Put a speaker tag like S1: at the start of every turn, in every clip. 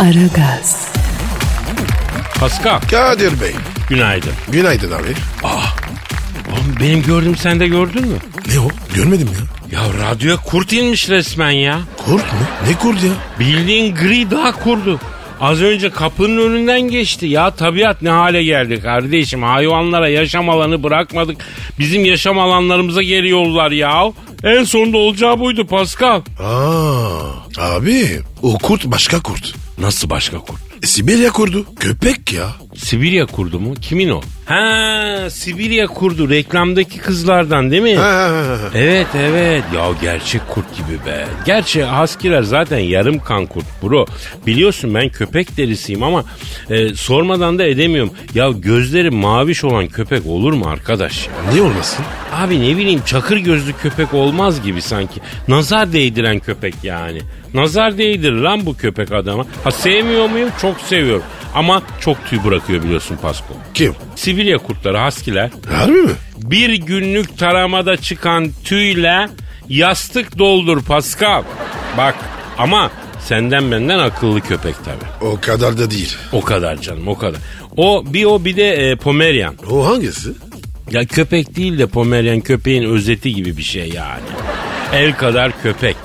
S1: Aragaz,
S2: Pascal.
S3: Kadir Bey.
S2: Günaydın.
S3: Günaydın abi.
S2: Oğlum benim gördüm sen de gördün mü?
S3: Ne o? Görmedim ya.
S2: Ya radyoya kurt inmiş resmen ya.
S3: Kurt mu? Ne kurdu ya?
S2: Bildiğin gri dağ kurdu. Az önce kapının önünden geçti. Ya tabiat ne hale geldi kardeşim. Hayvanlara yaşam alanı bırakmadık. Bizim yaşam alanlarımıza geliyorlar ya. En sonunda olacağı buydu Pascal.
S3: Aa, abi o kurt başka kurt.
S2: Nasıl başka kurt?
S3: E, Sibirya kurdu. Köpek ya.
S2: Sibirya kurdu mu? Kimin o? Ha Sibirya kurdu. Reklamdaki kızlardan değil mi? Evet evet ya gerçek kurt gibi be. Gerçi Haskiler zaten yarım kan kurt bro. Biliyorsun ben köpek derisiyim ama e, sormadan da edemiyorum. Ya gözleri maviş olan köpek olur mu arkadaş? ya?
S3: Niye olmasın?
S2: Abi ne bileyim çakır gözlü köpek olmaz gibi sanki. Nazar değdiren köpek yani. Nazar değdirir lan bu köpek adama. Ha sevmiyor muyum? Çok seviyorum. Ama çok tüy bırakıyor biliyorsun Pasko.
S3: Kim?
S2: Sibirya kurtları, Haskiler
S3: Harbi mi?
S2: bir günlük taramada çıkan tüyle yastık doldur Pascal. Bak ama senden benden akıllı köpek tabii.
S3: O kadar da değil.
S2: O kadar canım o kadar. O bir o bir de e, Pomerian.
S3: O hangisi?
S2: Ya köpek değil de Pomerian köpeğin özeti gibi bir şey yani. El kadar köpek.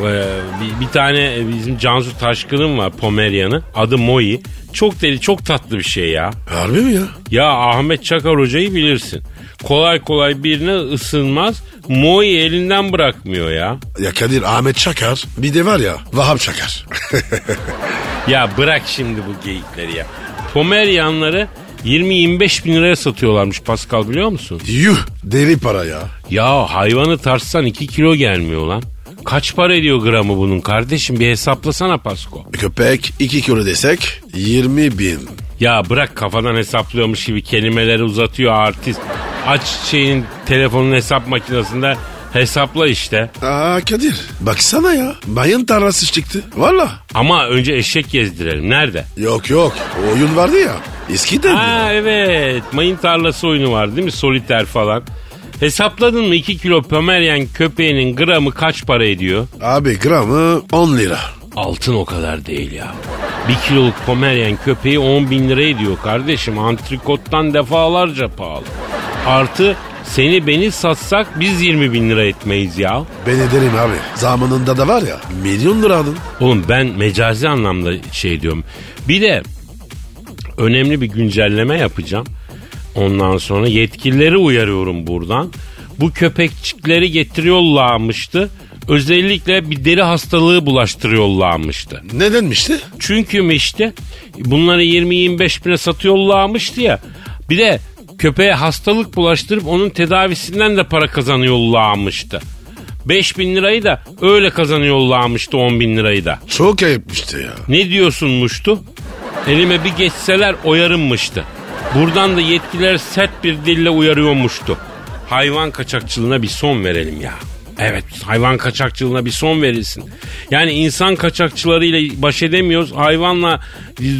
S2: Ee, bir, bir tane e, bizim Cansu Taşkın'ın var Pomerian'ı. Adı Moi. Çok deli çok tatlı bir şey ya.
S3: Harbi mi ya?
S2: Ya Ahmet Çakar hocayı bilirsin. Kolay kolay birine ısınmaz. Moy elinden bırakmıyor ya.
S3: Ya Kadir Ahmet Çakar bir de var ya Vahap Çakar.
S2: Ya bırak şimdi bu geyikleri ya. Pomeryanları 20-25 bin liraya satıyorlarmış Pascal biliyor musun?
S3: Yuh deli para ya.
S2: Ya hayvanı tartsan 2 kilo gelmiyor lan. Kaç para ediyor gramı bunun kardeşim bir hesaplasana Pasko.
S3: Köpek 2 kilo desek 20 bin.
S2: Ya bırak kafadan hesaplıyormuş gibi kelimeleri uzatıyor artist. Aç şeyin telefonun hesap makinesinde hesapla işte.
S3: Aa Kadir baksana ya mayın tarlası çıktı. Valla.
S2: Ama önce eşek gezdirelim. Nerede?
S3: Yok yok o oyun vardı ya eskiden. ya.
S2: Ha evet. Mayın tarlası oyunu var değil mi? Soliter falan. Hesapladın mı 2 kilo Pomeryan köpeğinin gramı kaç para ediyor?
S3: Abi gramı 10 lira.
S2: Altın o kadar değil ya. 1 kiloluk Pomeryan köpeği 10 bin lira ediyor kardeşim. Antrikottan defalarca pahalı. Artı seni beni satsak biz 20 bin lira etmeyiz ya.
S3: Ben ederim abi. Zamanında da var ya milyon lira alın.
S2: Oğlum ben mecazi anlamda şey diyorum. Bir de önemli bir güncelleme yapacağım. Ondan sonra yetkilileri uyarıyorum buradan. Bu köpekçikleri getiriyorlarmıştı. Özellikle bir deri hastalığı bulaştırıyorlarmıştı.
S3: Nedenmişti?
S2: Çünkü mü işte bunları 20-25 bine satıyorlarmıştı ya. Bir de köpeğe hastalık bulaştırıp onun tedavisinden de para kazanıyorlarmıştı. 5 bin lirayı da öyle kazanıyorlarmıştı 10 bin lirayı da.
S3: Çok ayıpmıştı ya.
S2: Ne diyorsunmuştu? Elime bir geçseler oyarımmıştı. Buradan da yetkililer sert bir dille uyarıyormuştu. Hayvan kaçakçılığına bir son verelim ya. Evet hayvan kaçakçılığına bir son verilsin. Yani insan kaçakçılarıyla baş edemiyoruz. Hayvanla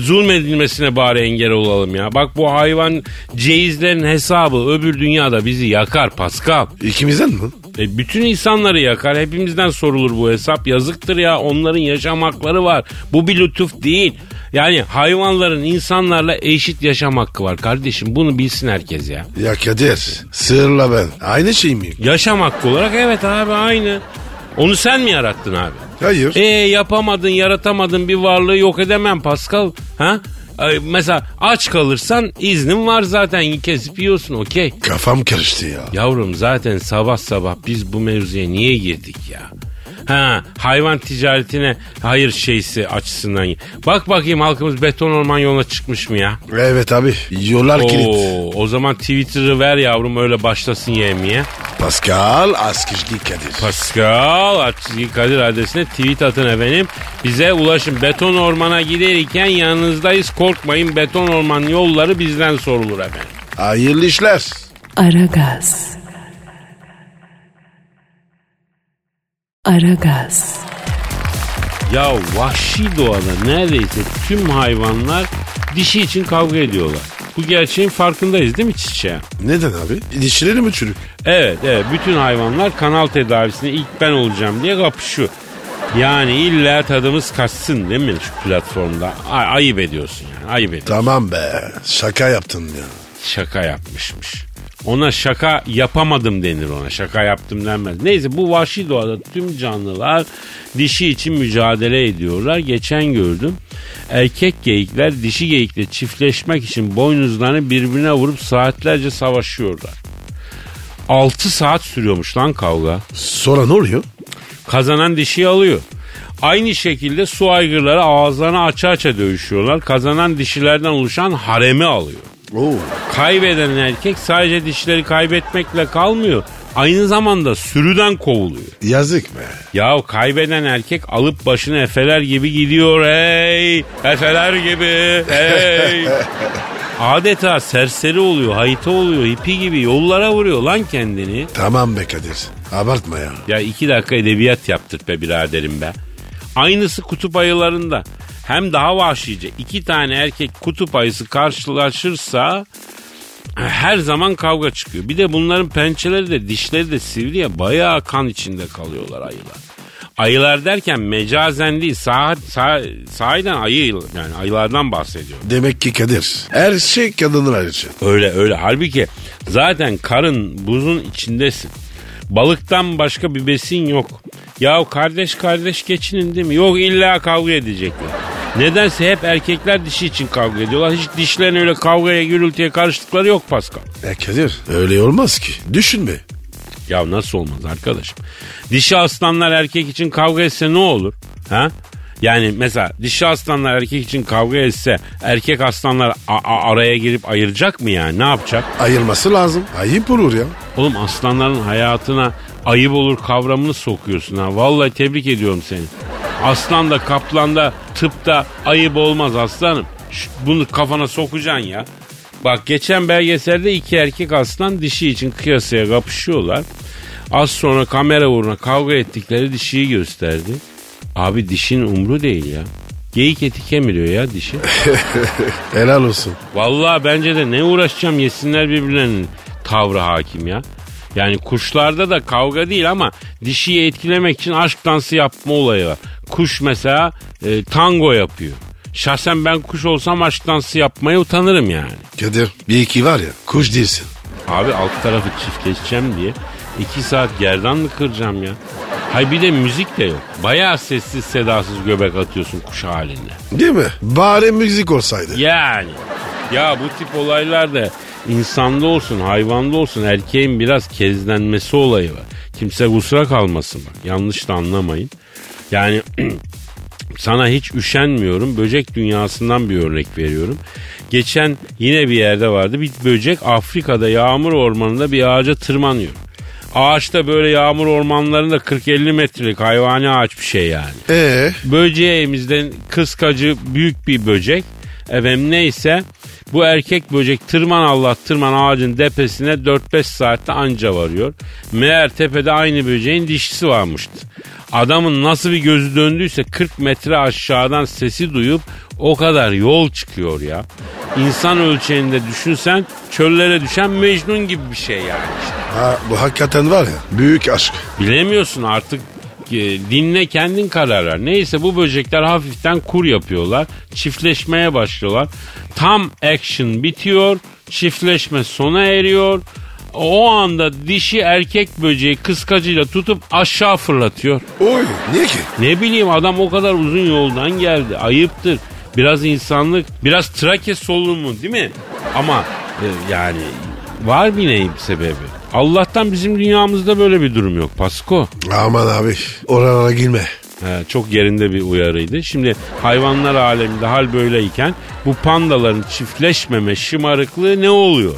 S2: zulmedilmesine bari engel olalım ya. Bak bu hayvan ceizlerin hesabı öbür dünyada bizi yakar Pascal.
S3: İkimizden mi?
S2: E, bütün insanları yakar. Hepimizden sorulur bu hesap. Yazıktır ya. Onların yaşam hakları var. Bu bir lütuf değil. Yani hayvanların insanlarla eşit yaşam hakkı var kardeşim. Bunu bilsin herkes ya.
S3: Ya Kadir sığırla ben aynı şey mi?
S2: Yaşam hakkı olarak evet abi aynı. Onu sen mi yarattın abi?
S3: Hayır.
S2: E yapamadın, yaratamadın bir varlığı yok edemem Pascal. Ha? Ay, Mesela aç kalırsan iznin var zaten kesip yiyorsun okey.
S3: Kafam karıştı ya.
S2: Yavrum zaten sabah sabah biz bu mevzuya niye girdik ya? Ha hayvan ticaretine hayır şeysi açısından. Bak bakayım halkımız beton orman yoluna çıkmış mı ya?
S3: Evet abi yollar kilit.
S2: Oo, o zaman Twitter'ı ver yavrum öyle başlasın yemeye.
S3: Pascal Askizgi Kadir.
S2: Pascal Askizgi Kadir adresine tweet atın efendim. Bize ulaşın. Beton ormana giderken yanınızdayız. Korkmayın beton orman yolları bizden sorulur efendim.
S3: Hayırlı işler.
S1: Aragaz. Aragaz.
S2: Ya vahşi doğada neredeyse tüm hayvanlar dişi için kavga ediyorlar. Bu gerçeğin farkındayız değil mi çiçeğim?
S3: Neden abi? Dişleri mi çürük?
S2: Evet evet bütün hayvanlar kanal tedavisine ilk ben olacağım diye kapışıyor. Yani illa tadımız kaçsın değil mi şu platformda? Ay- ayıp ediyorsun yani ayıp ediyorsun.
S3: Tamam be. Şaka yaptın ya.
S2: Şaka yapmışmış. Ona şaka yapamadım denir ona. Şaka yaptım denmez. Neyse bu vahşi doğada tüm canlılar dişi için mücadele ediyorlar. Geçen gördüm. Erkek geyikler dişi geyikle çiftleşmek için boynuzlarını birbirine vurup saatlerce savaşıyorlar. 6 saat sürüyormuş lan kavga.
S3: Sonra ne oluyor?
S2: Kazanan dişi alıyor. Aynı şekilde su aygırları ağızlarını aça aça dövüşüyorlar. Kazanan dişilerden oluşan haremi alıyor.
S3: Oo.
S2: Kaybeden erkek sadece dişleri kaybetmekle kalmıyor. Aynı zamanda sürüden kovuluyor.
S3: Yazık be.
S2: Yahu kaybeden erkek alıp başını efeler gibi gidiyor hey. Efeler gibi hey. Adeta serseri oluyor, hayta oluyor, ipi gibi yollara vuruyor lan kendini.
S3: Tamam be Kadir. Abartma ya.
S2: Ya iki dakika edebiyat yaptırt be biraderim be. Aynısı kutup ayılarında. Hem daha vahşice iki tane erkek kutup ayısı karşılaşırsa her zaman kavga çıkıyor. Bir de bunların pençeleri de dişleri de sivri ya bayağı kan içinde kalıyorlar ayılar. Ayılar derken mecazen değil sah sah sahiden ayı yani ayılardan bahsediyorum.
S3: Demek ki Kadir. Her şey kadınlar için.
S2: Öyle öyle. Halbuki zaten karın buzun içindesin. Balıktan başka bir besin yok. Ya kardeş kardeş geçinin değil mi? Yok illa kavga edecekler. Nedense hep erkekler dişi için kavga ediyorlar. Hiç dişlerin öyle kavgaya gürültüye karıştıkları yok Pascal.
S3: E Kadir öyle olmaz ki. Düşünme.
S2: Ya nasıl olmaz arkadaşım? Dişi aslanlar erkek için kavga etse ne olur? Ha? Yani mesela dişi aslanlar erkek için kavga etse erkek aslanlar a- a- araya girip ayıracak mı yani? Ne yapacak?
S3: Ayırması lazım. Ayıp olur ya.
S2: Oğlum aslanların hayatına ayıp olur kavramını sokuyorsun ha. Vallahi tebrik ediyorum seni. Aslan da kaplan da tıp da ayıp olmaz aslanım. Şşt, bunu kafana sokacaksın ya. Bak geçen belgeselde iki erkek aslan dişi için kıyasaya kapışıyorlar. Az sonra kamera uğruna kavga ettikleri dişiyi gösterdi. Abi dişin umru değil ya. Geyik eti kemiriyor ya dişi.
S3: Helal olsun.
S2: Vallahi bence de ne uğraşacağım yesinler birbirlerinin tavrı hakim ya. Yani kuşlarda da kavga değil ama dişiyi etkilemek için aşk dansı yapma olayı var. Kuş mesela e, tango yapıyor. Şahsen ben kuş olsam aşk dansı yapmaya utanırım yani.
S3: Kadir bir iki var ya kuş değilsin.
S2: Abi alt tarafı çiftleşeceğim diye iki saat gerdan mı kıracağım ya? Hay bir de müzik de yok. Bayağı sessiz sedasız göbek atıyorsun kuş halinde.
S3: Değil mi? Bari müzik olsaydı.
S2: Yani. Ya bu tip olaylar da insanda olsun, hayvanda olsun erkeğin biraz kezlenmesi olayı var. Kimse kusura kalmasın bak. Yanlış da anlamayın. Yani sana hiç üşenmiyorum. Böcek dünyasından bir örnek veriyorum. Geçen yine bir yerde vardı. Bir böcek Afrika'da yağmur ormanında bir ağaca tırmanıyor. Ağaçta böyle yağmur ormanlarında 40-50 metrelik hayvani ağaç bir şey yani
S3: Ee,
S2: böceğimizden kıskacı büyük bir böcek. Efendim neyse bu erkek böcek tırman Allah tırman ağacın tepesine 4-5 saatte anca varıyor. Meğer tepede aynı böceğin dişisi varmıştı. Adamın nasıl bir gözü döndüyse 40 metre aşağıdan sesi duyup o kadar yol çıkıyor ya. İnsan ölçeğinde düşünsen çöllere düşen Mecnun gibi bir şey yani işte.
S3: ha, bu hakikaten var ya büyük aşk.
S2: Bilemiyorsun artık e, dinle kendin karar ver. Neyse bu böcekler hafiften kur yapıyorlar. Çiftleşmeye başlıyorlar. Tam action bitiyor. Çiftleşme sona eriyor. O anda dişi erkek böceği kıskacıyla tutup aşağı fırlatıyor.
S3: Oy niye ki?
S2: Ne bileyim adam o kadar uzun yoldan geldi. Ayıptır. Biraz insanlık, biraz trake solunumu değil mi? Ama e, yani var bir neyin sebebi. Allah'tan bizim dünyamızda böyle bir durum yok Pasko.
S3: Aman abi oralara girme.
S2: He, çok yerinde bir uyarıydı. Şimdi hayvanlar aleminde hal böyleyken bu pandaların çiftleşmeme şımarıklığı ne oluyor?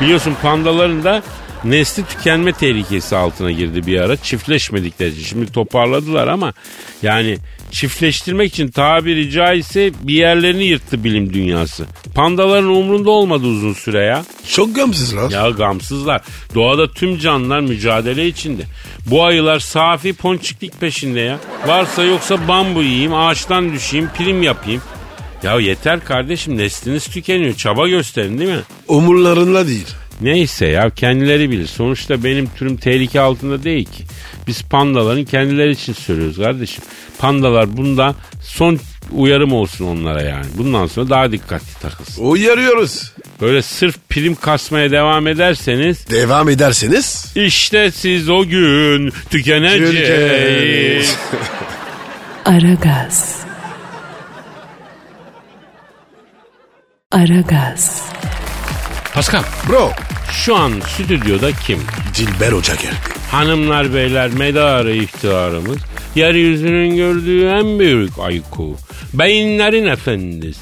S2: Biliyorsun pandaların da Nesli tükenme tehlikesi altına girdi bir ara. Çiftleşmedikleri için. Şimdi toparladılar ama yani çiftleştirmek için tabiri caizse bir yerlerini yırttı bilim dünyası. Pandaların umrunda olmadı uzun süre ya.
S3: Çok gamsız lan.
S2: Ya gamsızlar. Doğada tüm canlılar mücadele içinde. Bu ayılar safi ponçiklik peşinde ya. Varsa yoksa bambu yiyeyim, ağaçtan düşeyim, prim yapayım. Ya yeter kardeşim nesliniz tükeniyor. Çaba gösterin değil mi?
S3: Umurlarında değil.
S2: Neyse ya kendileri bilir. Sonuçta benim türüm tehlike altında değil ki. Biz pandaların kendileri için söylüyoruz kardeşim. Pandalar bunda son uyarım olsun onlara yani. Bundan sonra daha dikkatli takılsın.
S3: Uyarıyoruz.
S2: Böyle sırf prim kasmaya devam ederseniz
S3: Devam ederseniz.
S2: işte siz o gün tükeneceğiz.
S1: Aragaz. Aragaz.
S2: Pascal
S3: Bro.
S2: şu an stüdyoda kim?
S3: Dilber Hoca geldi.
S2: Hanımlar beyler medarı iftiharımız. Yeryüzünün gördüğü en büyük ayku. Beyinlerin efendisi.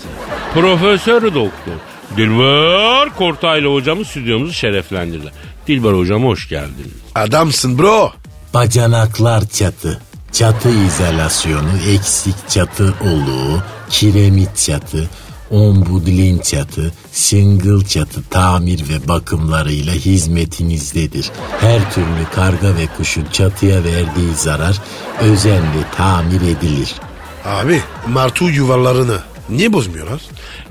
S2: Profesör doktor. Dilber Kortaylı hocamız stüdyomuzu şereflendirdiler. Dilber hocam hoş geldiniz.
S3: Adamsın bro.
S4: Bacanaklar çatı. Çatı izolasyonu, eksik çatı oluğu, kiremit çatı, ombudlin çatı, single çatı tamir ve bakımlarıyla hizmetinizdedir. Her türlü karga ve kuşun çatıya verdiği zarar özenle tamir edilir.
S3: Abi martu yuvarlarını niye bozmuyorlar?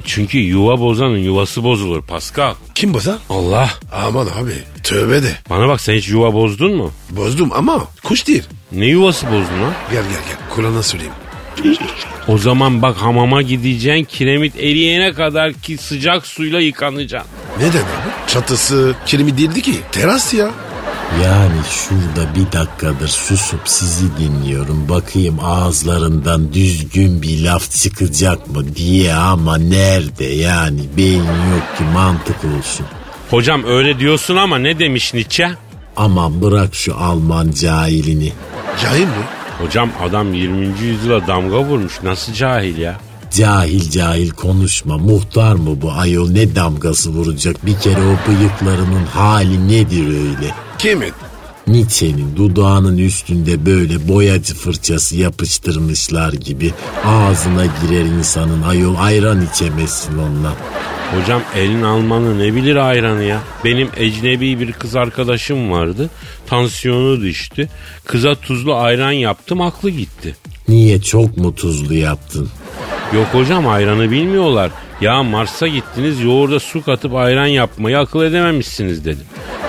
S2: Çünkü yuva bozanın yuvası bozulur Pascal.
S3: Kim bozar?
S2: Allah.
S3: Aman abi tövbe de
S2: Bana bak sen hiç yuva bozdun mu?
S3: bozdum ama kuş değil.
S2: Ne yuvası bozdun lan?
S3: Gel gel gel Kur'an'a söyleyeyim.
S2: O zaman bak hamama gideceksin kiremit eriyene kadar ki sıcak suyla yıkanacaksın.
S3: Neden abi? Çatısı kirimi değildi ki teras ya.
S4: Yani şurada bir dakikadır susup sizi dinliyorum. Bakayım ağızlarından düzgün bir laf çıkacak mı diye ama nerede yani beyin yok ki mantık olsun.
S2: Hocam öyle diyorsun ama ne demiş Nietzsche?
S4: Aman bırak şu Alman cahilini.
S3: Cahil mi?
S2: Hocam adam 20. yüzyıla damga vurmuş. Nasıl cahil ya?
S4: Cahil cahil konuşma. Muhtar mı bu ayol ne damgası vuracak? Bir kere o bıyıklarının hali nedir öyle?
S3: Kimin?
S4: Nietzsche'nin dudağının üstünde böyle boyacı fırçası yapıştırmışlar gibi ağzına girer insanın ayol ayran içemezsin onunla.
S2: Hocam elin Almanı ne bilir ayranı ya? Benim ecnebi bir kız arkadaşım vardı. Tansiyonu düştü. Kıza tuzlu ayran yaptım aklı gitti.
S4: Niye çok mu tuzlu yaptın?
S2: Yok hocam ayranı bilmiyorlar. Ya Mars'a gittiniz yoğurda su katıp ayran yapmayı akıl edememişsiniz dedim.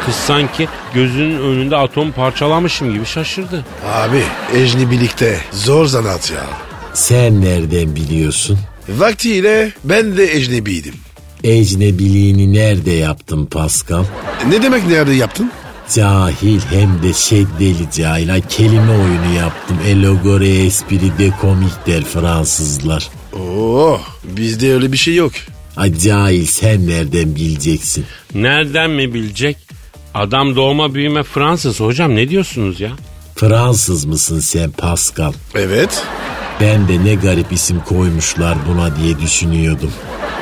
S2: Kız sanki gözünün önünde atom parçalamışım gibi şaşırdı.
S3: Abi Ejni birlikte zor zanaat ya.
S4: Sen nereden biliyorsun?
S3: Vaktiyle ben de ecnebiydim.
S4: Ecnebiliğini nerede yaptın Pascal?
S3: Ne demek nerede yaptın?
S4: Cahil hem de şeddeli cahil. Ay, kelime oyunu yaptım. Elogore espri de komik der Fransızlar.
S3: Oo bizde öyle bir şey yok.
S4: Ay cahil sen nereden bileceksin?
S2: Nereden mi bilecek? Adam doğma büyüme Fransız hocam ne diyorsunuz ya?
S4: Fransız mısın sen Pascal?
S3: Evet.
S4: Ben de ne garip isim koymuşlar buna diye düşünüyordum.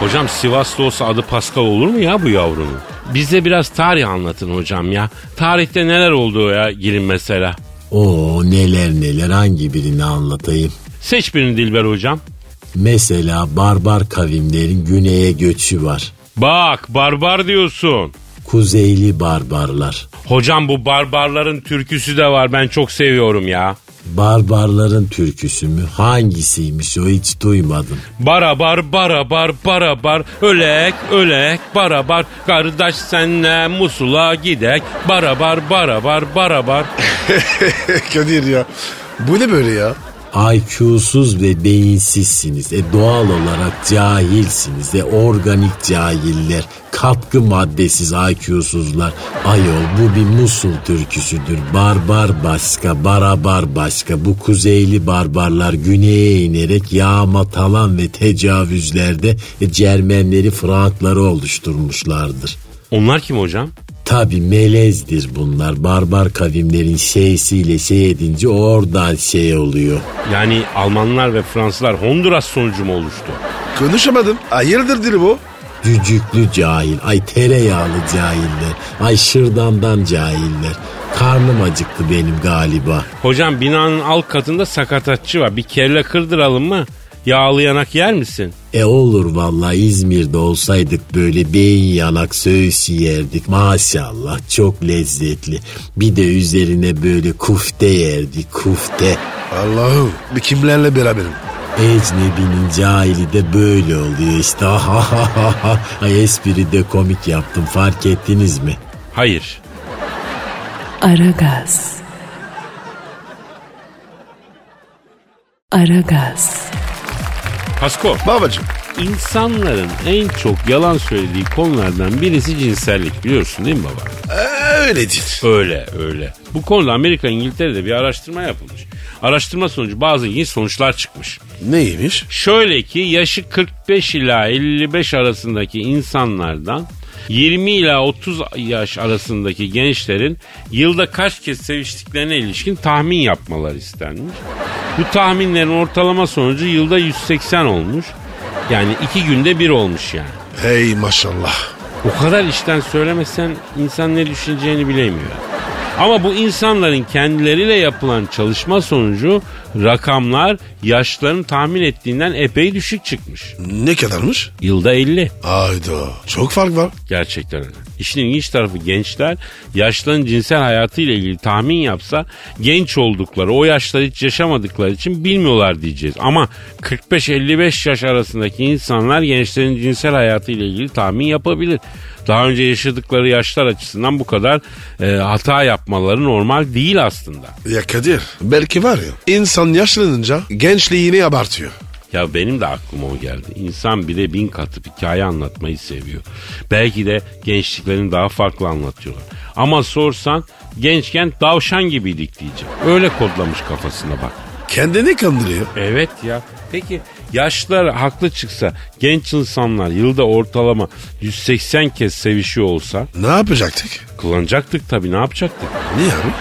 S2: Hocam Sivaslı olsa adı Pascal olur mu ya bu yavrunun? Bize biraz tarih anlatın hocam ya. Tarihte neler oldu ya girin mesela.
S4: Oo neler neler hangi birini anlatayım?
S2: Seç birini Dilber hocam.
S4: Mesela barbar kavimlerin güneye göçü var.
S2: Bak barbar diyorsun.
S4: Kuzeyli barbarlar.
S2: Hocam bu barbarların türküsü de var ben çok seviyorum ya.
S4: Barbarların türküsü mü? Hangisiymiş o hiç duymadım.
S2: Bara bar bara bar bara bar ölek ölek bara bar kardeş senle Musul'a gidek bara bar bara bar bara bar.
S3: Kadir ya. Bu ne böyle ya?
S4: IQ'suz ve beyinsizsiniz. E doğal olarak cahilsiniz. E organik cahiller. Katkı maddesiz IQ'suzlar. Ayol bu bir Musul türküsüdür. Barbar başka, barabar başka. Bu kuzeyli barbarlar güneye inerek yağma, talan ve tecavüzlerde e, Cermenleri, Frankları oluşturmuşlardır.
S2: Onlar kim hocam?
S4: Tabi melezdir bunlar. Barbar kavimlerin şeysiyle şey edince oradan şey oluyor.
S2: Yani Almanlar ve Fransızlar Honduras sonucu mu oluştu?
S3: Konuşamadım. Hayırdır dili bu?
S4: Cücüklü cahil, ay tereyağlı cahiller, ay şırdandan cahiller. Karnım acıktı benim galiba.
S2: Hocam binanın alt katında sakatatçı var. Bir kelle kırdıralım mı? Yağlı yanak yer misin?
S4: E olur vallahi İzmir'de olsaydık böyle beyin yanak söğüş yerdik maşallah çok lezzetli. Bir de üzerine böyle kufte yerdik kufte.
S3: Allah'ım bir kimlerle beraberim.
S4: Ecnebi'nin cahili de böyle oluyor işte. Ay espri de komik yaptım fark ettiniz mi?
S2: Hayır.
S1: Aragaz. Aragaz.
S2: Pasko,
S3: Babacım
S2: insanların en çok yalan söylediği konulardan birisi cinsellik biliyorsun değil mi baba?
S3: öyledir.
S2: Öyle öyle. Bu konuda Amerika İngiltere'de bir araştırma yapılmış. Araştırma sonucu bazı ilginç sonuçlar çıkmış.
S3: Neymiş?
S2: Şöyle ki yaşı 45 ila 55 arasındaki insanlardan 20 ila 30 yaş arasındaki gençlerin yılda kaç kez seviştiklerine ilişkin tahmin yapmaları istenmiş. Bu tahminlerin ortalama sonucu yılda 180 olmuş. Yani iki günde bir olmuş yani.
S3: Hey maşallah.
S2: O kadar işten söylemesen insan ne düşüneceğini bilemiyor. Ama bu insanların kendileriyle yapılan çalışma sonucu rakamlar yaşların tahmin ettiğinden epey düşük çıkmış.
S3: Ne kadarmış?
S2: Yılda 50.
S3: Ayda çok fark var.
S2: Gerçekten öyle. İşin ilginç tarafı gençler yaşların cinsel hayatıyla ilgili tahmin yapsa genç oldukları o yaşları hiç yaşamadıkları için bilmiyorlar diyeceğiz. Ama 45-55 yaş arasındaki insanlar gençlerin cinsel hayatıyla ilgili tahmin yapabilir. Daha önce yaşadıkları yaşlar açısından bu kadar e, hata yapmaları normal değil aslında.
S3: Ya Kadir belki var ya insan yaşlanınca gençliğini abartıyor.
S2: Ya benim de aklıma o geldi. İnsan bir de bin katıp hikaye anlatmayı seviyor. Belki de gençliklerini daha farklı anlatıyorlar. Ama sorsan gençken davşan gibiydik diyeceğim. Öyle kodlamış kafasına bak.
S3: Kendini kandırıyor.
S2: Evet ya. Peki yaşlılar haklı çıksa genç insanlar yılda ortalama 180 kez sevişiyor olsa
S3: Ne yapacaktık?
S2: kullanacaktık tabii ne yapacaktık?
S3: Niye abi?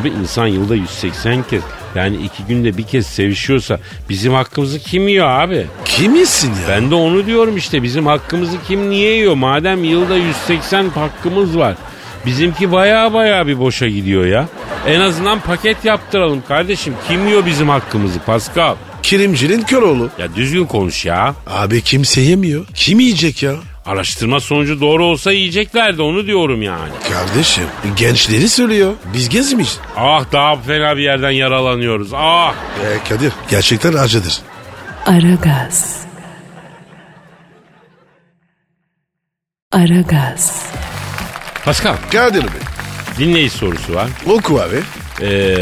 S2: Abi insan yılda 180 kez yani iki günde bir kez sevişiyorsa bizim hakkımızı kim yiyor abi?
S3: Kimisin ya?
S2: Ben de onu diyorum işte bizim hakkımızı kim niye yiyor? Madem yılda 180 hakkımız var. Bizimki baya baya bir boşa gidiyor ya. En azından paket yaptıralım kardeşim. Kim yiyor bizim hakkımızı Pascal?
S3: Kirimcinin kör oğlu.
S2: Ya düzgün konuş ya.
S3: Abi kimse yemiyor. Kim yiyecek ya?
S2: Araştırma sonucu doğru olsa yiyeceklerdi onu diyorum yani.
S3: Kardeşim gençleri söylüyor. Biz gezmiş.
S2: Ah daha fena bir yerden yaralanıyoruz. Ah
S3: E Kadir gerçekten acıdır.
S1: Aragaz. Aragaz.
S2: Pascal
S3: Kadir Bey
S2: dinleyici sorusu var.
S3: oku abi.
S2: Ee,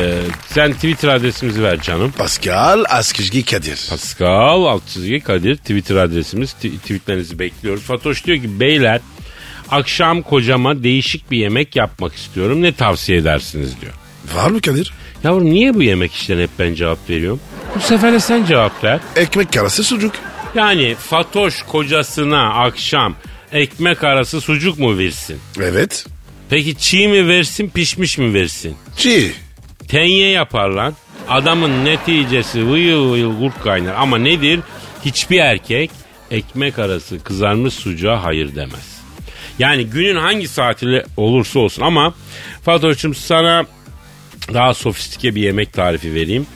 S2: sen Twitter adresimizi ver canım.
S3: Pascal Askizgi Kadir.
S2: Pascal alt çizgi Kadir Twitter adresimiz. T- tweetlerinizi bekliyoruz. Fatoş diyor ki beyler akşam kocama değişik bir yemek yapmak istiyorum. Ne tavsiye edersiniz diyor.
S3: Var mı Kadir?
S2: Yavrum niye bu yemek işlerine hep ben cevap veriyorum? Bu sefer de sen cevap ver.
S3: Ekmek karası sucuk.
S2: Yani Fatoş kocasına akşam ekmek arası sucuk mu versin?
S3: Evet.
S2: Peki çiğ mi versin pişmiş mi versin?
S3: Çiğ.
S2: Tenye yapar lan. Adamın neticesi vıyıl vıyıl kurt kaynar. Ama nedir? Hiçbir erkek ekmek arası kızarmış sucuğa hayır demez. Yani günün hangi saati olursa olsun ama Fatoş'um sana daha sofistike bir yemek tarifi vereyim.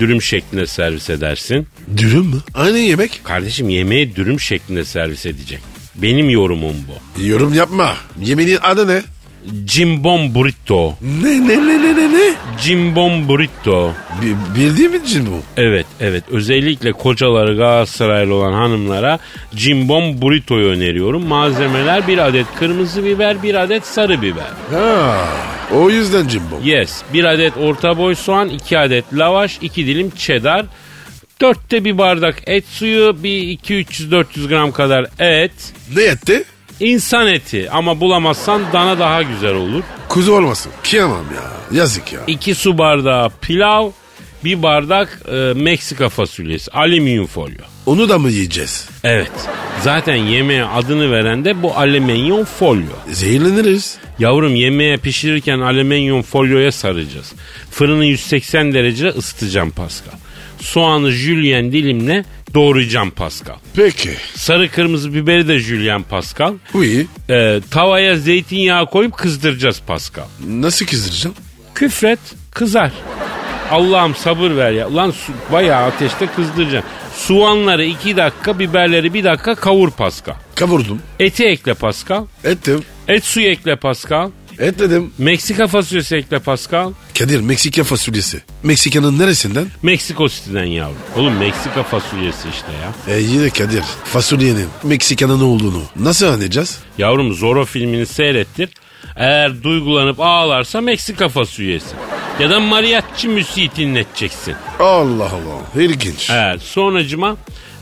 S2: Dürüm şeklinde servis edersin.
S3: Dürüm mü? Aynı yemek.
S2: Kardeşim yemeği dürüm şeklinde servis edecek. Benim yorumum bu.
S3: Yorum yapma. Yemeğin adı ne?
S2: Cimbom burrito.
S3: Ne ne ne ne ne ne?
S2: Cimbom burrito.
S3: Bi- bildiğim için bu.
S2: Evet evet özellikle kocaları Galatasaraylı olan hanımlara cimbom burrito'yu öneriyorum. Malzemeler bir adet kırmızı biber bir adet sarı biber.
S3: Ha, o yüzden Jimbo.
S2: Yes bir adet orta boy soğan iki adet lavaş iki dilim cheddar. Dörtte bir bardak et suyu bir 200-300-400 gram kadar et.
S3: Ne etti?
S2: İnsan eti ama bulamazsan dana daha güzel olur.
S3: Kuzu olmasın. Kıyamam ya. Yazık ya.
S2: 2 su bardağı pilav bir bardak e, Meksika fasulyesi alüminyum folyo.
S3: Onu da mı yiyeceğiz?
S2: Evet. Zaten yemeğe adını veren de bu alüminyum folyo.
S3: Zehirleniriz.
S2: Yavrum yemeğe pişirirken alüminyum folyoya saracağız. Fırını 180 derece ısıtacağım Pascal. soğanı jülyen dilimle doğrayacağım Pascal.
S3: Peki.
S2: Sarı kırmızı biberi de jülyen Pascal.
S3: Uyu.
S2: Ee, tavaya zeytinyağı koyup kızdıracağız Pascal.
S3: Nasıl kızdıracağım?
S2: Küfret kızar. Allah'ım sabır ver ya. Lan su, bayağı ateşte kızdıracağım. Soğanları iki dakika, biberleri bir dakika kavur Pascal.
S3: Kavurdum.
S2: Eti ekle Pascal.
S3: Ettim.
S2: Et suyu ekle Pascal.
S3: Etledim.
S2: Meksika fasulyesi ekle Pascal.
S3: Kadir Meksika fasulyesi. Meksika'nın neresinden?
S2: Meksiko City'den yavrum. Oğlum Meksika fasulyesi işte ya.
S3: E yine Kadir. Fasulyenin Meksika'nın ne olduğunu nasıl anlayacağız?
S2: Yavrum Zorro filmini seyrettir. Eğer duygulanıp ağlarsa Meksika fasulyesi. Ya da mariachi müziği dinleteceksin.
S3: Allah Allah. İlginç.
S2: Evet sonracıma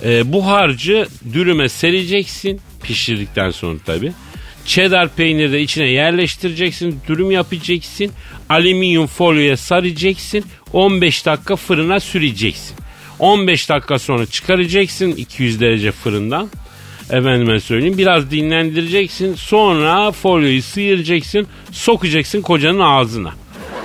S2: e, bu harcı dürüme sereceksin pişirdikten sonra tabi. Cheddar peyniri de içine yerleştireceksin, dürüm yapacaksın, alüminyum folyoya saracaksın, 15 dakika fırına süreceksin. 15 dakika sonra çıkaracaksın 200 derece fırından. Efendime söyleyeyim biraz dinlendireceksin sonra folyoyu sıyıracaksın sokacaksın kocanın ağzına.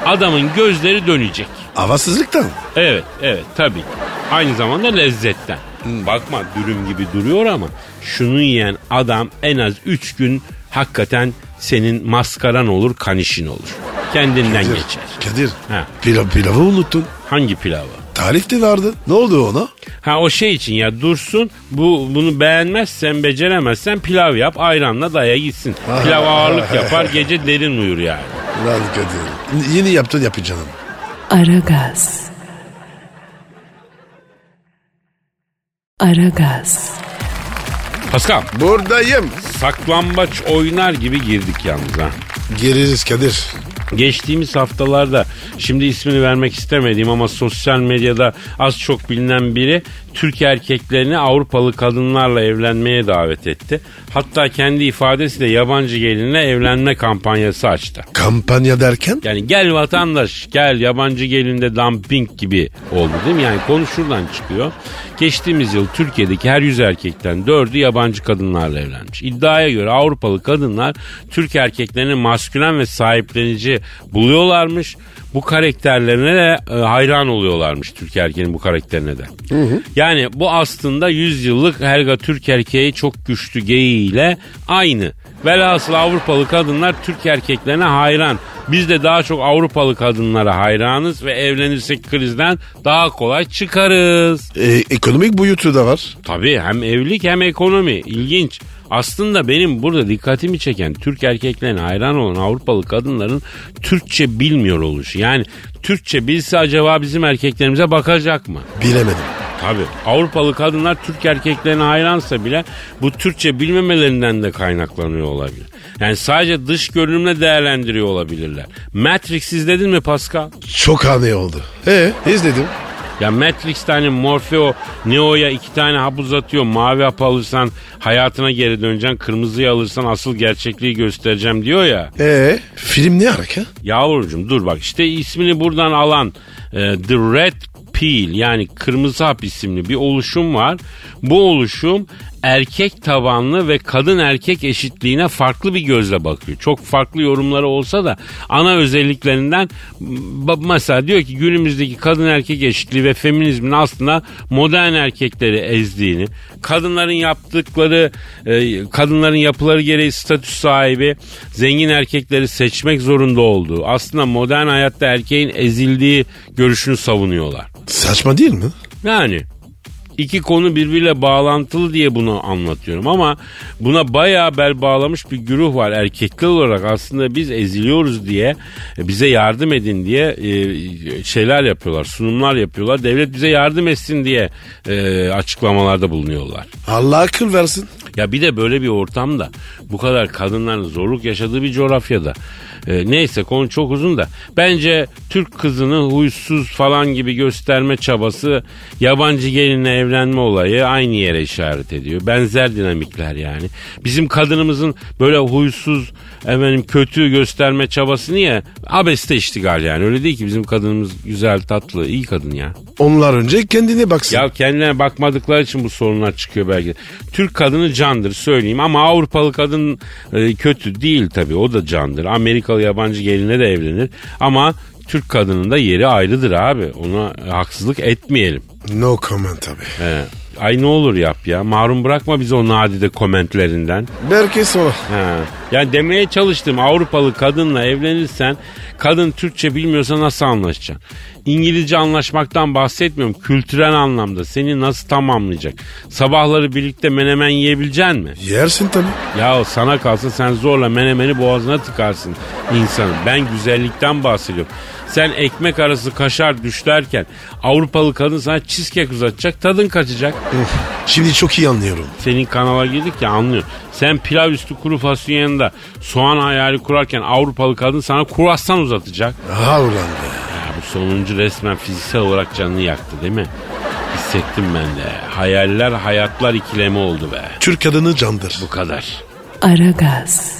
S2: Adamın gözleri dönecek.
S3: Havasızlıktan.
S2: Evet, evet tabii. Aynı zamanda lezzetten. Bakma dürüm gibi duruyor ama şunu yiyen adam en az 3 gün hakikaten senin maskaran olur, kanişin olur. Kendinden
S3: Kadir,
S2: geçer.
S3: Kadir.
S2: Ha.
S3: Pilav, pilavı unuttun.
S2: Hangi pilavı?
S3: Tarif de vardı. Ne oldu ona?
S2: Ha o şey için ya dursun bu bunu beğenmezsen beceremezsen pilav yap ayranla daya gitsin. Pilav ağırlık yapar gece derin uyur yani.
S3: Lan Kadir. Yeni yaptın yapacağım.
S1: Aragaz. Aragaz.
S2: Pascal
S3: Buradayım.
S2: saklambaç oynar gibi girdik yalnız ha.
S3: Gireriz Kadir.
S2: Geçtiğimiz haftalarda şimdi ismini vermek istemediğim ama sosyal medyada az çok bilinen biri Türk erkeklerini Avrupalı kadınlarla evlenmeye davet etti. Hatta kendi ifadesiyle yabancı gelinle evlenme kampanyası açtı.
S3: Kampanya derken?
S2: Yani gel vatandaş gel yabancı gelinde dumping gibi oldu değil mi? Yani konu şuradan çıkıyor. Geçtiğimiz yıl Türkiye'deki her yüz erkekten dördü yabancı kadınlarla evlenmiş. İddiaya göre Avrupalı kadınlar Türk erkeklerini maskülen ve sahiplenici buluyorlarmış. Bu karakterlerine de e, hayran oluyorlarmış Türk erkeğinin bu karakterine de. Yani bu aslında 100 yıllık Helga Türk erkeği çok güçlü geyiğiyle aynı. Velhasıl Avrupalı kadınlar Türk erkeklerine hayran. Biz de daha çok Avrupalı kadınlara hayranız ve evlenirsek krizden daha kolay çıkarız.
S3: E, ekonomik boyutu da var.
S2: Tabii hem evlilik hem ekonomi ilginç. Aslında benim burada dikkatimi çeken Türk erkeklerine hayran olan Avrupalı kadınların Türkçe bilmiyor oluşu. Yani Türkçe bilse acaba bizim erkeklerimize bakacak mı?
S3: Bilemedim.
S2: Tabii. Avrupalı kadınlar Türk erkeklerine hayransa bile bu Türkçe bilmemelerinden de kaynaklanıyor olabilir. Yani sadece dış görünümle değerlendiriyor olabilirler. Matrix izledin mi Pascal?
S3: Çok ani oldu. E izledim.
S2: Ya Matrix'te hani Morfeo Neo'ya iki tane hap uzatıyor. Mavi hap alırsan hayatına geri döneceksin. Kırmızıyı alırsan asıl gerçekliği göstereceğim diyor ya.
S3: E film ne alaka?
S2: Yavrucuğum dur bak işte ismini buradan alan e, The Red Pill yani Kırmızı Hap isimli bir oluşum var. Bu oluşum erkek tabanlı ve kadın erkek eşitliğine farklı bir gözle bakıyor. Çok farklı yorumları olsa da ana özelliklerinden ba- mesela diyor ki günümüzdeki kadın erkek eşitliği ve feminizmin aslında modern erkekleri ezdiğini, kadınların yaptıkları, e, kadınların yapıları gereği statü sahibi zengin erkekleri seçmek zorunda olduğu, aslında modern hayatta erkeğin ezildiği görüşünü savunuyorlar.
S3: Saçma değil mi?
S2: Yani iki konu birbiriyle bağlantılı diye bunu anlatıyorum ama buna bayağı bel bağlamış bir güruh var erkekler olarak aslında biz eziliyoruz diye e, bize yardım edin diye e, şeyler yapıyorlar sunumlar yapıyorlar devlet bize yardım etsin diye e, açıklamalarda bulunuyorlar.
S3: Allah akıl versin.
S2: Ya bir de böyle bir ortamda bu kadar kadınların zorluk yaşadığı bir coğrafyada. e, neyse konu çok uzun da. Bence Türk kızını huysuz falan gibi gösterme çabası yabancı gelinle evlenme olayı aynı yere işaret ediyor. Benzer dinamikler yani. Bizim kadınımızın böyle huysuz efendim kötü gösterme çabası niye? Abeste iştigal yani. Öyle değil ki bizim kadınımız güzel tatlı iyi kadın ya.
S3: Onlar önce kendine baksın.
S2: Ya kendilerine bakmadıkları için bu sorunlar çıkıyor belki. Türk kadını candır söyleyeyim ama Avrupalı kadın e, kötü değil tabii o da candır. Amerikalı yabancı geline de evlenir ama Türk kadının da yeri ayrıdır abi. Ona e, haksızlık etmeyelim.
S3: No comment tabi.
S2: He. Ay ne olur yap ya. Mahrum bırakma bizi o nadide komentlerinden.
S3: Belki sonra.
S2: Ha. Yani demeye çalıştım Avrupalı kadınla evlenirsen kadın Türkçe bilmiyorsa nasıl anlaşacaksın? İngilizce anlaşmaktan bahsetmiyorum. Kültürel anlamda seni nasıl tamamlayacak? Sabahları birlikte menemen yiyebilecek mi?
S3: Yersin tabi.
S2: Ya sana kalsa sen zorla menemeni boğazına tıkarsın insanın. Ben güzellikten bahsediyorum. Sen ekmek arası kaşar düşlerken Avrupalı kadın sana cheesecake uzatacak tadın kaçacak.
S3: Şimdi çok iyi anlıyorum.
S2: Senin kanala girdik ya anlıyor. Sen pilav üstü kuru fasulye yanında soğan hayali kurarken Avrupalı kadın sana kurastan uzatacak.
S3: Ha ulan be.
S2: Ya bu sonuncu resmen fiziksel olarak canını yaktı değil mi? Hissettim ben de. Hayaller hayatlar ikilemi oldu be.
S3: Türk kadını candır.
S2: Bu kadar.
S1: Aragaz.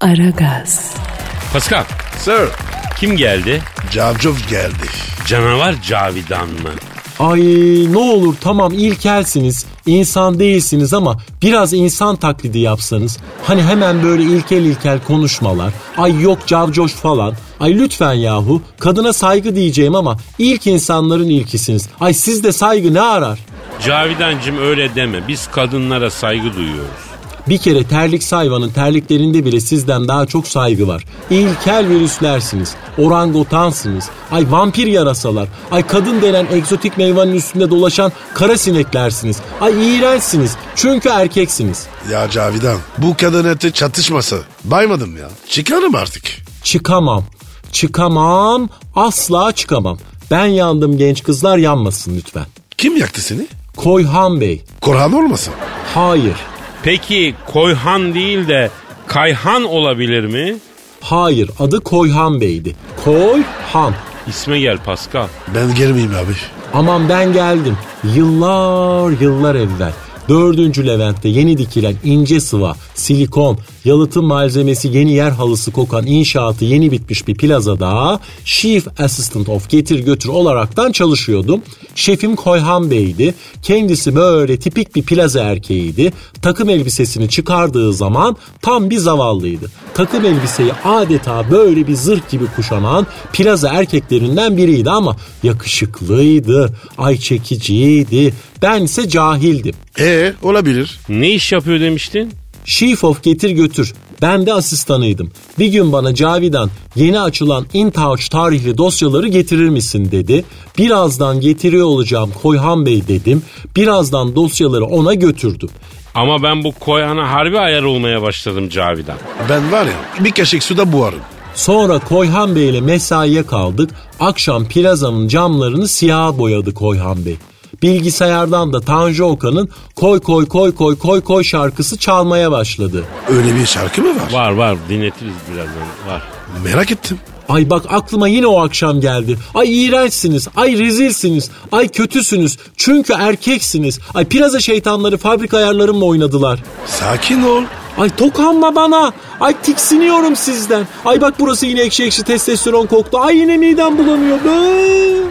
S1: Aragaz.
S2: Pascal
S3: Sir.
S2: kim geldi?
S3: Cavcov geldi.
S2: Canavar Cavidan mı?
S4: Ay ne olur tamam ilkelsiniz, insan değilsiniz ama biraz insan taklidi yapsanız. Hani hemen böyle ilkel ilkel konuşmalar, ay yok cavcoş falan. Ay lütfen yahu kadına saygı diyeceğim ama ilk insanların ilkisiniz. Ay sizde saygı ne arar?
S2: Cavidancım öyle deme. Biz kadınlara saygı duyuyoruz.
S4: Bir kere terlik hayvanın terliklerinde bile sizden daha çok saygı var. İlkel virüslersiniz, orangotansınız, ay vampir yarasalar, ay kadın denen egzotik meyvanın üstünde dolaşan kara sineklersiniz. Ay iğrençsiniz çünkü erkeksiniz.
S3: Ya Cavidan bu kadın eti çatışması. Baymadım ya. Çıkarım artık.
S4: Çıkamam, çıkamam, asla çıkamam. Ben yandım genç kızlar yanmasın lütfen.
S3: Kim yaktı seni?
S4: Koyhan Bey,
S3: Korhan olmasın?
S4: hayır,
S2: Peki Koyhan değil de Kayhan olabilir mi?
S4: hayır adı Koyhan Bey'di. Koyhan.
S2: İsme gel Pascal.
S3: Ben girmeyeyim abi.
S4: Aman ben geldim. Yıllar yıllar evvel. Dördüncü Levent'te yeni dikilen ince sıva, silikon, yalıtım malzemesi yeni yer halısı kokan inşaatı yeni bitmiş bir plazada Chief Assistant of Getir Götür olaraktan çalışıyordum. Şefim Koyhan Bey'di. Kendisi böyle tipik bir plaza erkeğiydi. Takım elbisesini çıkardığı zaman tam bir zavallıydı. Takım elbiseyi adeta böyle bir zırh gibi kuşanan plaza erkeklerinden biriydi ama yakışıklıydı, ay çekiciydi. Bense cahildim.
S3: Ee olabilir.
S2: Ne iş yapıyor demiştin?
S4: Chief of getir götür. Ben de asistanıydım. Bir gün bana Cavidan yeni açılan InTouch tarihli dosyaları getirir misin dedi. Birazdan getiriyor olacağım Koyhan Bey dedim. Birazdan dosyaları ona götürdüm.
S2: Ama ben bu Koyhan'a harbi ayar olmaya başladım Cavidan.
S3: Ben var ya bir kaşık suda buharım.
S4: Sonra Koyhan Bey ile mesaiye kaldık. Akşam plazanın camlarını siyaha boyadı Koyhan Bey. Bilgisayardan da Tanju Okan'ın Koy Koy Koy Koy Koy Koy şarkısı çalmaya başladı.
S3: Öyle bir şarkı mı var?
S2: Var var dinletiriz birazdan var.
S3: Merak ettim.
S4: Ay bak aklıma yine o akşam geldi. Ay iğrençsiniz, ay rezilsiniz, ay kötüsünüz. Çünkü erkeksiniz. Ay plaza şeytanları fabrika ayarlarımla oynadılar.
S3: Sakin ol.
S4: Ay tokanma bana. Ay tiksiniyorum sizden. Ay bak burası yine ekşi ekşi testosteron koktu. Ay yine midem bulanıyor. Bıı.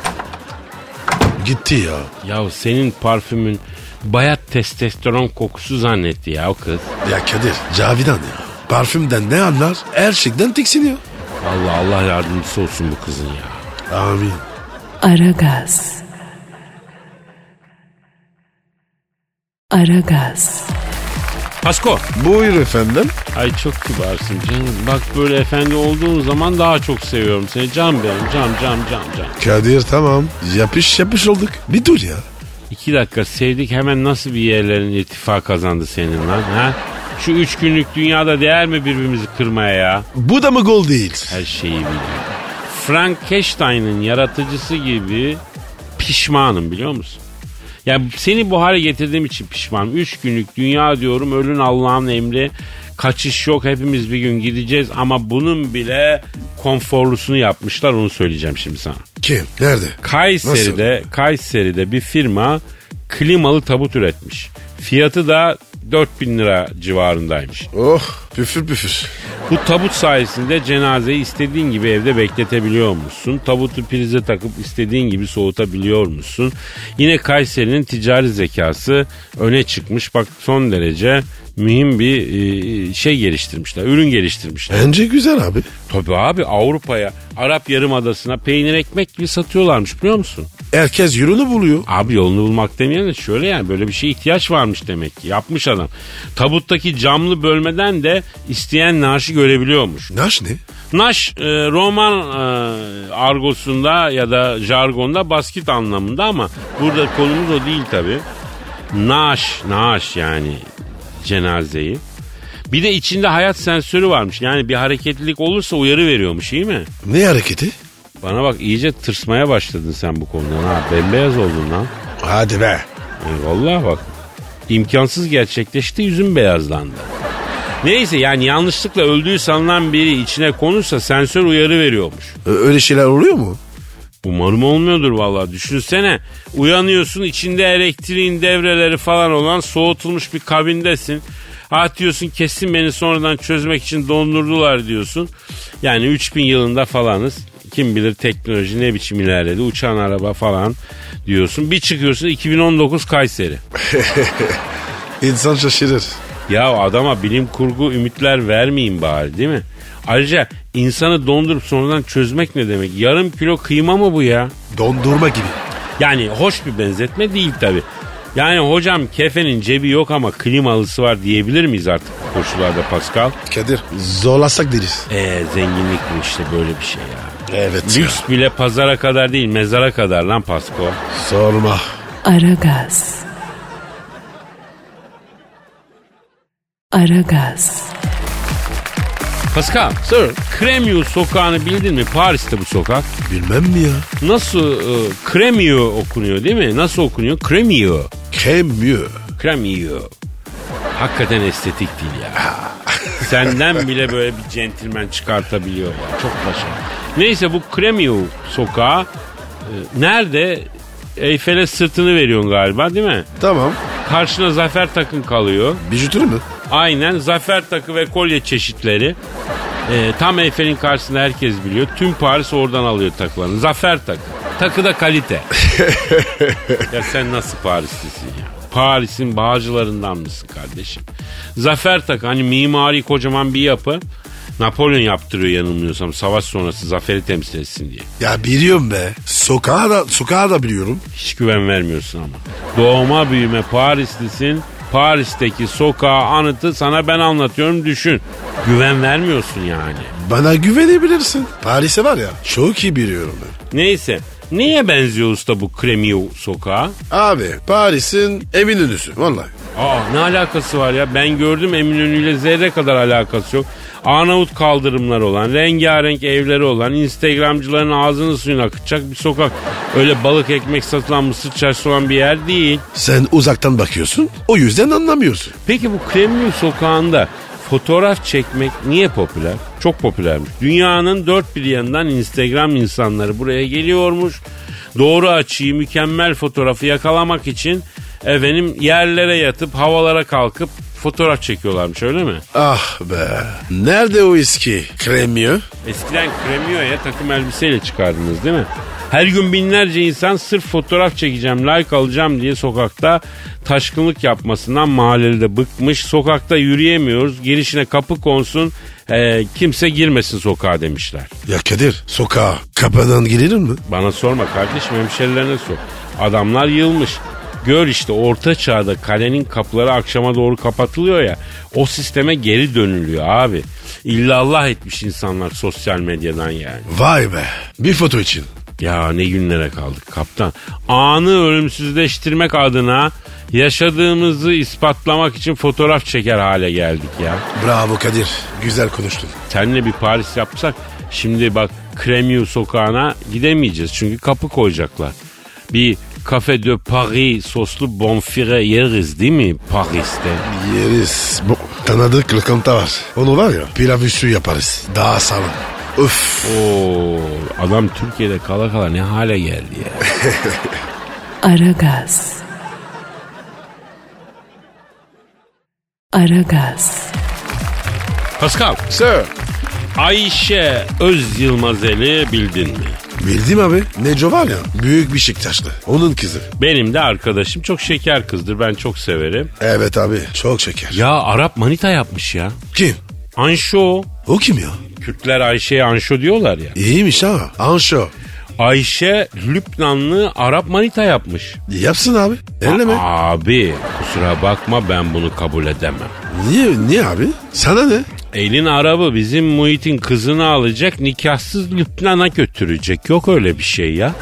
S3: Gitti ya.
S2: Ya senin parfümün bayat testosteron kokusu zannetti ya o kız.
S3: Ya Kadir Cavidan ya. Parfümden ne anlar? Her şeyden tiksiniyor.
S2: Allah Allah yardımcısı olsun bu kızın ya.
S3: Amin.
S1: Aragaz. Aragaz.
S2: Pasko.
S3: Buyur efendim.
S2: Ay çok kibarsın canım. Bak böyle efendi olduğun zaman daha çok seviyorum seni. Can benim can can can can.
S3: Kadir tamam. Yapış yapış olduk. Bir dur ya.
S2: İki dakika sevdik hemen nasıl bir yerlerin ittifak kazandı senin lan ha? Şu üç günlük dünyada değer mi birbirimizi kırmaya ya?
S3: Bu da mı gol değil?
S2: Her şeyi biliyor. Frankenstein'ın yaratıcısı gibi pişmanım biliyor musun? Ya seni bu hale getirdiğim için pişmanım. Üç günlük dünya diyorum ölün Allah'ın emri. Kaçış yok hepimiz bir gün gideceğiz ama bunun bile konforlusunu yapmışlar onu söyleyeceğim şimdi sana.
S3: Kim? Nerede?
S2: Kayseri'de Kayseri'de bir firma klimalı tabut üretmiş. Fiyatı da 4000 lira civarındaymış.
S3: Oh Püfür püfür.
S2: Bu tabut sayesinde cenazeyi istediğin gibi evde bekletebiliyor musun? Tabutu prize takıp istediğin gibi soğutabiliyor musun? Yine Kayseri'nin ticari zekası öne çıkmış. Bak son derece mühim bir e, şey geliştirmişler. Ürün geliştirmişler.
S3: Bence güzel abi.
S2: Tabii abi Avrupa'ya, Arap Yarımadası'na peynir ekmek gibi satıyorlarmış biliyor musun?
S3: Herkes yürünü buluyor.
S2: Abi yolunu bulmak demeyen de şöyle yani böyle bir şeye ihtiyaç varmış demek ki. Yapmış adam. Tabuttaki camlı bölmeden de isteyen naaşı görebiliyormuş.
S3: Naş ne?
S2: Naş e, Roman e, argosunda ya da jargonda basket anlamında ama burada konumuz o değil tabi. Naş, naş yani cenazeyi. Bir de içinde hayat sensörü varmış. Yani bir hareketlilik olursa uyarı veriyormuş iyi mi?
S3: Ne hareketi?
S2: Bana bak iyice tırsmaya başladın sen bu konudan ha. Bembeyaz oldun lan.
S3: Hadi be.
S2: E, vallahi bak imkansız gerçekleşti yüzüm beyazlandı. Neyse yani yanlışlıkla öldüğü sanılan biri içine konursa sensör uyarı veriyormuş.
S3: Ö- Öyle şeyler oluyor mu?
S2: Umarım olmuyordur vallahi düşünsene. Uyanıyorsun içinde elektriğin devreleri falan olan soğutulmuş bir kabindesin. Ha diyorsun kesin beni sonradan çözmek için dondurdular diyorsun. Yani 3000 yılında falanız. Kim bilir teknoloji ne biçim ilerledi uçan araba falan diyorsun. Bir çıkıyorsun 2019 Kayseri.
S3: İnsan şaşırır.
S2: Ya adama bilim kurgu ümitler vermeyin bari değil mi? Ayrıca insanı dondurup sonradan çözmek ne demek? Yarım kilo kıyma mı bu ya?
S3: Dondurma gibi.
S2: Yani hoş bir benzetme değil tabi. Yani hocam kefenin cebi yok ama klimalısı var diyebilir miyiz artık bu koşullarda Pascal?
S3: Kadir zorlasak deriz.
S2: Ee zenginlik bu işte böyle bir şey ya.
S3: Evet.
S2: Lüks bile pazara kadar değil mezara kadar lan Pasko.
S3: Sorma.
S1: Aragaz. Aragaz.
S2: Pascal. Sir. Kremio sokağını bildin mi? Paris'te bu sokak.
S3: Bilmem mi ya?
S2: Nasıl e, Kremio okunuyor değil mi? Nasıl okunuyor? Kremio.
S3: Kemiyor.
S2: Kremio. Hakikaten estetik değil ya. Senden bile böyle bir centilmen çıkartabiliyor ya. Çok başarılı. Neyse bu Kremio sokağı e, nerede? Eyfel'e sırtını veriyorsun galiba değil mi?
S3: Tamam.
S2: Karşına zafer takın kalıyor.
S3: Bijutür mü?
S2: Aynen zafer takı ve kolye çeşitleri. Ee, tam Eyfel'in karşısında herkes biliyor. Tüm Paris oradan alıyor takılarını. Zafer takı. Takı da kalite. ya sen nasıl Parislisin ya? Paris'in bağcılarından mısın kardeşim? Zafer takı hani mimari kocaman bir yapı. Napolyon yaptırıyor yanılmıyorsam savaş sonrası zaferi temsil etsin diye.
S3: Ya biliyorum be. Sokağa da, sokağa da biliyorum.
S2: Hiç güven vermiyorsun ama. Doğma büyüme Parislisin. Paris'teki sokağa anıtı sana ben anlatıyorum düşün. Güven vermiyorsun yani.
S3: Bana güvenebilirsin. Paris'e var ya çok iyi biliyorum ben.
S2: Neyse. Neye benziyor usta bu Kremio sokağı?
S3: Abi Paris'in evin önüsü vallahi.
S2: Aa ne alakası var ya? Ben gördüm Eminönü ile zerre kadar alakası yok. Arnavut kaldırımları olan, rengarenk evleri olan, Instagramcıların ağzını suyunu akıtacak bir sokak. Öyle balık ekmek satılan mısır çarşısı olan bir yer değil.
S3: Sen uzaktan bakıyorsun o yüzden anlamıyorsun.
S2: Peki bu Kremlin sokağında fotoğraf çekmek niye popüler? Çok popülermiş. Dünyanın dört bir yanından Instagram insanları buraya geliyormuş. Doğru açıyı, mükemmel fotoğrafı yakalamak için efendim yerlere yatıp havalara kalkıp fotoğraf çekiyorlarmış öyle mi?
S3: Ah be. Nerede o eski kremiyor?
S2: Eskiden Kremio'ya takım elbiseyle çıkardınız değil mi? Her gün binlerce insan sırf fotoğraf çekeceğim, like alacağım diye sokakta taşkınlık yapmasından mahalleli de bıkmış. Sokakta yürüyemiyoruz, girişine kapı konsun, eee, kimse girmesin sokağa demişler.
S3: Ya Kadir sokağa kapıdan girilir mi?
S2: Bana sorma kardeşim hemşerilerine sor. Adamlar yılmış. Gör işte orta çağda kalenin kapıları akşama doğru kapatılıyor ya. O sisteme geri dönülüyor abi. İllallah etmiş insanlar sosyal medyadan yani.
S3: Vay be. Bir foto için.
S2: Ya ne günlere kaldık kaptan. Anı ölümsüzleştirmek adına yaşadığımızı ispatlamak için fotoğraf çeker hale geldik ya.
S3: Bravo Kadir. Güzel konuştun.
S2: Seninle bir Paris yapsak şimdi bak Kremio sokağına gidemeyeceğiz. Çünkü kapı koyacaklar. Bir Cafe de Paris soslu bonfire yeriz değil mi Paris'te?
S3: Yeriz. Bu tanıdık lokanta var. Onu var ya pilav üstü yaparız. Daha sağlam. Öf.
S2: Oo, adam Türkiye'de kala kala ne hale geldi ya.
S1: Aragaz. Aragaz.
S2: Pascal.
S3: Sir.
S2: Ayşe Öz Yılmazeli bildin mi?
S3: Bildim abi. Neco var ya büyük bir Şiktaşlı. Onun kızı.
S2: Benim de arkadaşım çok şeker kızdır ben çok severim.
S3: Evet abi çok şeker.
S2: Ya Arap manita yapmış ya.
S3: Kim?
S2: Anşo.
S3: O kim ya?
S2: Kürtler Ayşe'ye Anşo diyorlar ya.
S3: İyiymiş ha. Anşo.
S2: Ayşe Lübnanlı Arap manita yapmış.
S3: Yapsın abi. Elleme.
S2: Abi kusura bakma ben bunu kabul edemem.
S3: Niye, niye abi? Sana ne?
S2: Elin Arabı bizim Muhit'in kızını alacak nikahsız Lübnan'a götürecek. Yok öyle bir şey ya.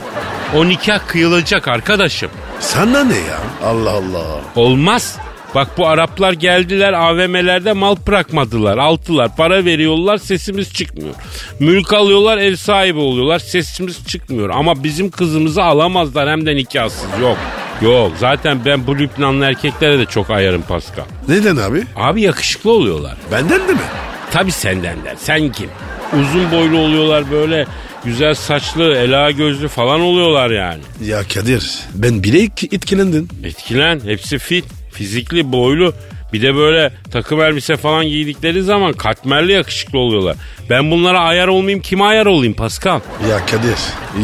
S2: O nikah kıyılacak arkadaşım.
S3: Sana ne ya? Allah Allah.
S2: Olmaz. Bak bu Araplar geldiler AVM'lerde mal bırakmadılar. Altılar para veriyorlar sesimiz çıkmıyor. Mülk alıyorlar ev sahibi oluyorlar sesimiz çıkmıyor. Ama bizim kızımızı alamazlar hem de nikahsız yok. Yok zaten ben bu Lübnanlı erkeklere de çok ayarım Pascal.
S3: Neden abi?
S2: Abi yakışıklı oluyorlar.
S3: Benden de mi?
S2: Tabi senden der. Sen kim? Uzun boylu oluyorlar böyle. Güzel saçlı, ela gözlü falan oluyorlar yani.
S3: Ya Kadir ben bile etk- etkilendin.
S2: Etkilen. Hepsi fit, fizikli, boylu. Bir de böyle takım elbise falan giydikleri zaman katmerli yakışıklı oluyorlar. Ben bunlara ayar olmayayım kime ayar olayım Pascal?
S3: Ya Kadir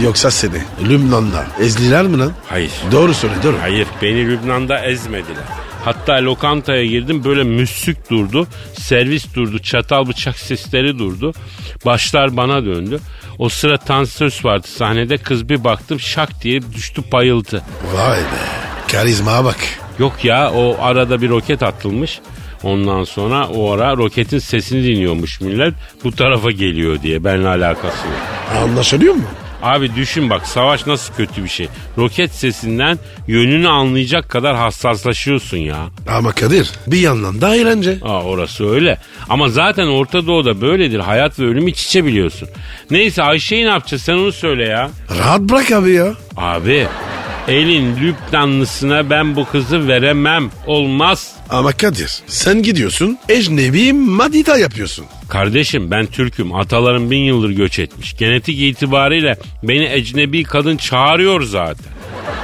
S3: yoksa seni Lübnan'da ezdiler mi lan?
S2: Hayır.
S3: Doğru söyle doğru.
S2: Hayır beni Lübnan'da ezmediler. Hatta lokantaya girdim böyle müslük durdu. Servis durdu. Çatal bıçak sesleri durdu. Başlar bana döndü. O sıra dansöz vardı sahnede. Kız bir baktım şak diye düştü bayıldı.
S3: Vay be. Karizmaya bak.
S2: Yok ya o arada bir roket atılmış. Ondan sonra o ara roketin sesini dinliyormuş millet. Bu tarafa geliyor diye. Benimle alakası yok.
S3: Anlaşılıyor mu?
S2: Abi düşün bak savaş nasıl kötü bir şey. Roket sesinden yönünü anlayacak kadar hassaslaşıyorsun ya.
S3: Ama Kadir bir yandan da eğlence.
S2: Aa, orası öyle. Ama zaten Orta Doğu'da böyledir. Hayat ve ölümü iç içe biliyorsun. Neyse Ayşe'yi ne yapacağız sen onu söyle ya.
S3: Rahat bırak abi ya.
S2: Abi elin Lübnanlısına ben bu kızı veremem. Olmaz.
S3: Ama Kadir sen gidiyorsun ecnebi madita yapıyorsun.
S2: Kardeşim ben Türk'üm. Atalarım bin yıldır göç etmiş. Genetik itibariyle beni ecnebi kadın çağırıyor zaten.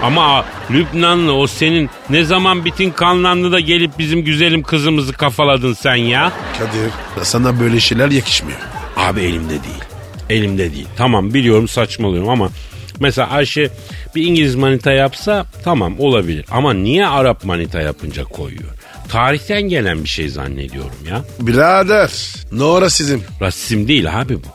S2: Ama a- Lübnanlı o senin ne zaman bitin kanlandı da gelip bizim güzelim kızımızı kafaladın sen ya.
S3: Kadir sana böyle şeyler yakışmıyor.
S2: Abi elimde değil. Elimde değil. Tamam biliyorum saçmalıyorum ama mesela Ayşe bir İngiliz manita yapsa tamam olabilir. Ama niye Arap manita yapınca koyuyor? Tarihten gelen bir şey zannediyorum ya.
S3: Birader ne ora sizin?
S2: Rasizm değil abi bu.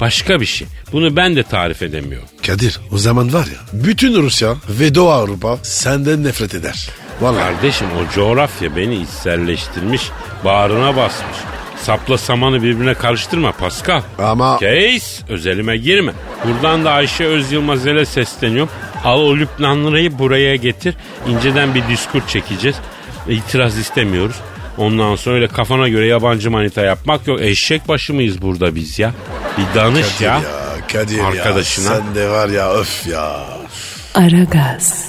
S2: Başka bir şey. Bunu ben de tarif edemiyorum.
S3: Kadir o zaman var ya bütün Rusya ve Doğu Avrupa senden nefret eder. Vallahi
S2: Kardeşim o coğrafya beni içselleştirmiş, bağrına basmış. Sapla samanı birbirine karıştırma Pascal.
S3: ama
S2: Keis özelime girme. Buradan da Ayşe Öz Yılmazel'e sesleniyorum. Al o Lübnanlıyı buraya getir. İnceden bir diskur çekeceğiz. İtiraz istemiyoruz. Ondan sonra öyle kafana göre yabancı manita yapmak yok. Eşek başı mıyız burada biz ya? Bir danış
S3: Kadir ya. Kadir
S2: Arkadaşına.
S3: ya sen de var ya öf ya.
S1: Aragaz.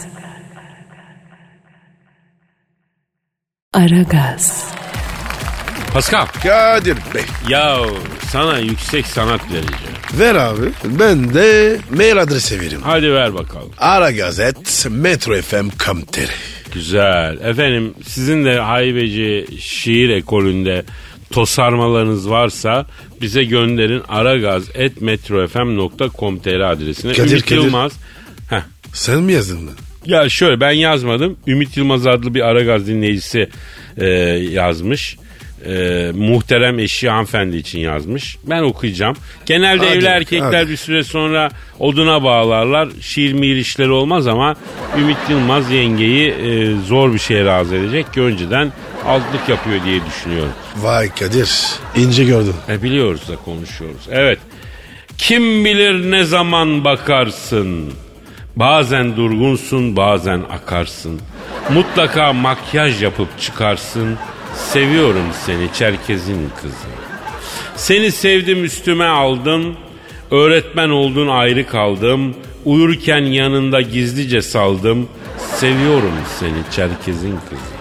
S1: Aragaz.
S2: Pascal.
S3: Kadir Bey
S2: Ya sana yüksek sanat vereceğim.
S3: ver abi ben de mail adresi vereyim.
S2: Hadi ver bakalım.
S3: Ara Gazet Metro FM Kamteri.
S2: Güzel. Efendim sizin de haybeci şiir ekolünde tosarmalarınız varsa bize gönderin aragaz.metrofm.com.tr adresine.
S3: Kadir,
S2: Ümit
S3: Kadir.
S2: Yılmaz. Heh.
S3: Sen mi yazdın lan?
S2: Ya şöyle ben yazmadım. Ümit Yılmaz adlı bir Aragaz dinleyicisi e, yazmış. E, muhterem eşi hanımefendi için yazmış. Ben okuyacağım. Genelde
S3: Hadi,
S2: evli erkekler
S3: hadi.
S2: bir süre sonra oduna bağlarlar. Şiir mihir işleri olmaz ama Ümit Yılmaz yengeyi e, zor bir şeye razı edecek ki önceden altlık yapıyor diye düşünüyorum.
S3: Vay Kadir ince gördün.
S2: E, biliyoruz da konuşuyoruz. Evet. Kim bilir ne zaman bakarsın. Bazen durgunsun, bazen akarsın. Mutlaka makyaj yapıp çıkarsın. Seviyorum seni Çerkez'in kızı. Seni sevdim üstüme aldım. Öğretmen oldun ayrı kaldım. Uyurken yanında gizlice saldım. Seviyorum seni Çerkez'in kızı.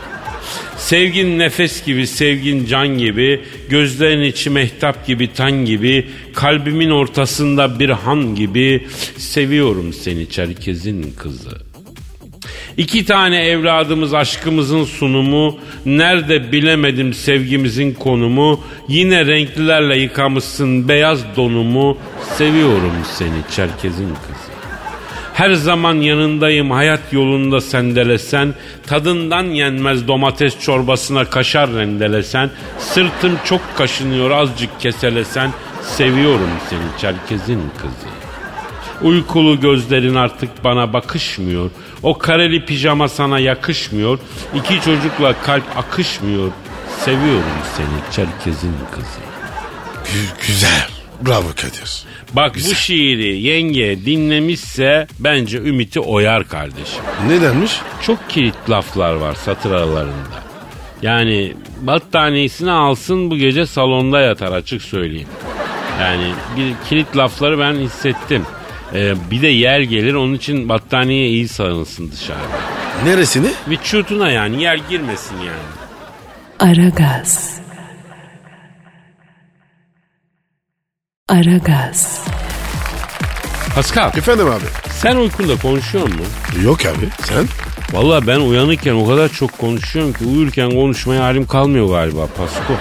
S2: Sevgin nefes gibi, sevgin can gibi, gözlerin içi mehtap gibi, tan gibi, kalbimin ortasında bir han gibi, seviyorum seni Çerkez'in kızı. İki tane evladımız aşkımızın sunumu, nerede bilemedim sevgimizin konumu, yine renklilerle yıkamışsın beyaz donumu, seviyorum seni Çerkez'in kızı. Her zaman yanındayım hayat yolunda sendelesen Tadından yenmez domates çorbasına kaşar rendelesen Sırtım çok kaşınıyor azıcık keselesen Seviyorum seni Çerkez'in kızı Uykulu gözlerin artık bana bakışmıyor O kareli pijama sana yakışmıyor İki çocukla kalp akışmıyor Seviyorum seni Çerkez'in kızı
S3: Gü- güzel. Bravo Kadir.
S2: Bak bu şiiri yenge dinlemişse bence Ümit'i oyar kardeşim.
S3: Nedenmiş?
S2: Çok kilit laflar var satır aralarında. Yani battaniyesini alsın bu gece salonda yatar açık söyleyeyim. Yani bir kilit lafları ben hissettim. Ee, bir de yer gelir onun için battaniye iyi sarılsın dışarıda.
S3: Neresini?
S2: Bir çırtına yani yer girmesin yani.
S1: Aragaz. Aragaz.
S2: Pascal
S3: Efendim abi.
S2: sen uykunda konuşuyor musun?
S3: Yok abi. Sen?
S2: Valla ben uyanıkken o kadar çok konuşuyorum ki uyurken konuşmaya halim kalmıyor galiba Pasko.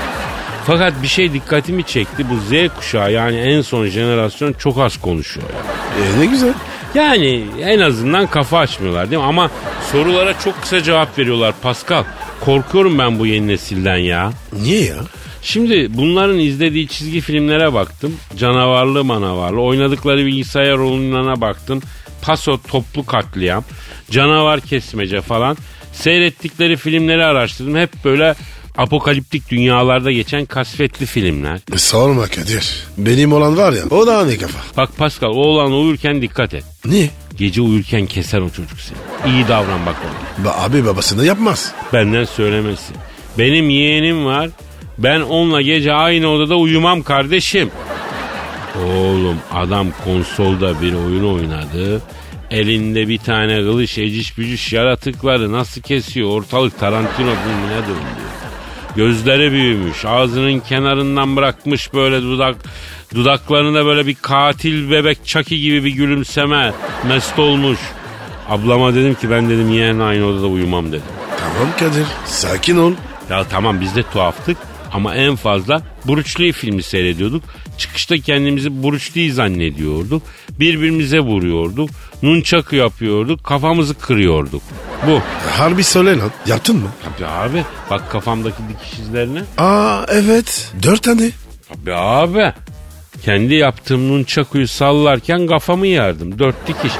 S2: Fakat bir şey dikkatimi çekti. Bu Z kuşağı yani en son jenerasyon çok az konuşuyor. ya.
S3: E, ne güzel.
S2: Yani en azından kafa açmıyorlar değil mi? Ama sorulara çok kısa cevap veriyorlar Pascal. Korkuyorum ben bu yeni nesilden ya.
S3: Niye ya?
S2: Şimdi bunların izlediği çizgi filmlere baktım. Canavarlı manavarlı. Oynadıkları bilgisayar oyunlarına baktım. Paso toplu katliam. Canavar kesmece falan. Seyrettikleri filmleri araştırdım. Hep böyle apokaliptik dünyalarda geçen kasvetli filmler.
S3: E, sorma Kadir. Benim olan var ya. O da ne kafa?
S2: Bak Pascal oğlan uyurken dikkat et.
S3: Niye?
S2: Gece uyurken keser o çocuk seni. İyi davran bak ona.
S3: Ba abi babasını yapmaz.
S2: Benden söylemesi. Benim yeğenim var. Ben onunla gece aynı odada uyumam kardeşim. Oğlum adam konsolda bir oyun oynadı. Elinde bir tane kılıç eciş bücüş yaratıkları nasıl kesiyor ortalık Tarantino filmine döndü. Gözleri büyümüş ağzının kenarından bırakmış böyle dudak dudaklarında böyle bir katil bebek çaki gibi bir gülümseme mest olmuş. Ablama dedim ki ben dedim yeğen aynı odada uyumam dedim.
S3: Tamam Kadir. Sakin ol.
S2: Ya tamam biz de tuhaftık ama en fazla Buruçlu'yu filmi seyrediyorduk. Çıkışta kendimizi Buruçlu'yu zannediyorduk. Birbirimize vuruyorduk. Nunçakı yapıyorduk. Kafamızı kırıyorduk. Bu.
S3: Harbi söyle lan. Yaptın mı?
S2: Abi abi bak kafamdaki dikiş izlerine.
S3: Aa evet. Dört tane.
S2: Abi abi. Kendi yaptığım nunçakuyu sallarken kafamı yardım. Dört dikiş.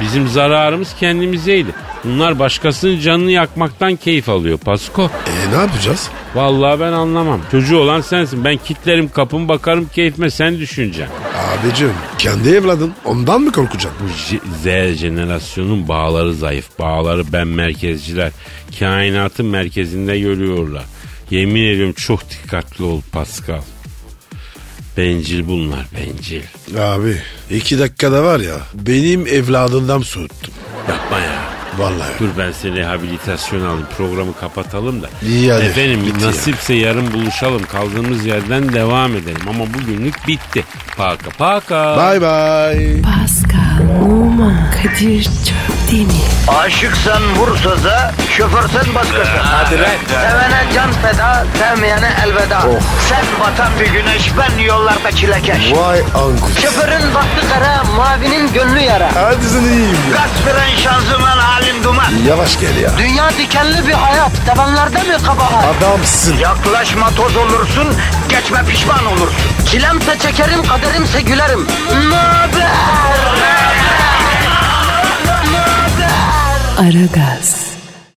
S2: Bizim zararımız kendimizeydi. Bunlar başkasının canını yakmaktan keyif alıyor Pasko.
S3: E ne yapacağız?
S2: Vallahi ben anlamam. Çocuğu olan sensin. Ben kitlerim kapım bakarım keyfime sen düşüneceksin.
S3: Abicim kendi evladın. Ondan mı korkacaksın?
S2: Bu J- Z jenerasyonun bağları zayıf. Bağları ben merkezciler. Kainatın merkezinde görüyorlar. Yemin ediyorum çok dikkatli ol Pascal. Bencil bunlar bencil.
S3: Abi iki dakikada var ya benim evladından soğuttum.
S2: Yapma ya.
S3: Vallahi.
S2: Dur ben seni rehabilitasyon alayım. Programı kapatalım da.
S3: İyi hadi,
S2: Efendim
S3: bitti ya.
S2: nasipse yarın buluşalım. Kaldığımız yerden devam edelim. Ama bugünlük bitti. Paka paka.
S3: Bye bye.
S1: Pascal, Oman, Kadir çok değil mi?
S5: Aşıksan vursa da şoförsen başkasın. Hadi
S2: lan.
S5: Sevene can feda, sevmeyene elveda.
S3: Oh.
S5: Sen batan bir güneş, ben yollarda çilekeş.
S3: Vay anku.
S5: Şoförün baktı kara, mavinin gönlü yara.
S3: Hadi sen iyiyim ya.
S5: Kasperen şanzıman halin duman.
S3: Yavaş gel ya.
S5: Dünya dikenli bir hayat, sevenlerde mi kabahar?
S3: Adamsın.
S5: Yaklaşma toz olursun, geçme pişman olursun. Çilemse çekerim, kaderimse gülerim. Möber!
S1: Aragaz.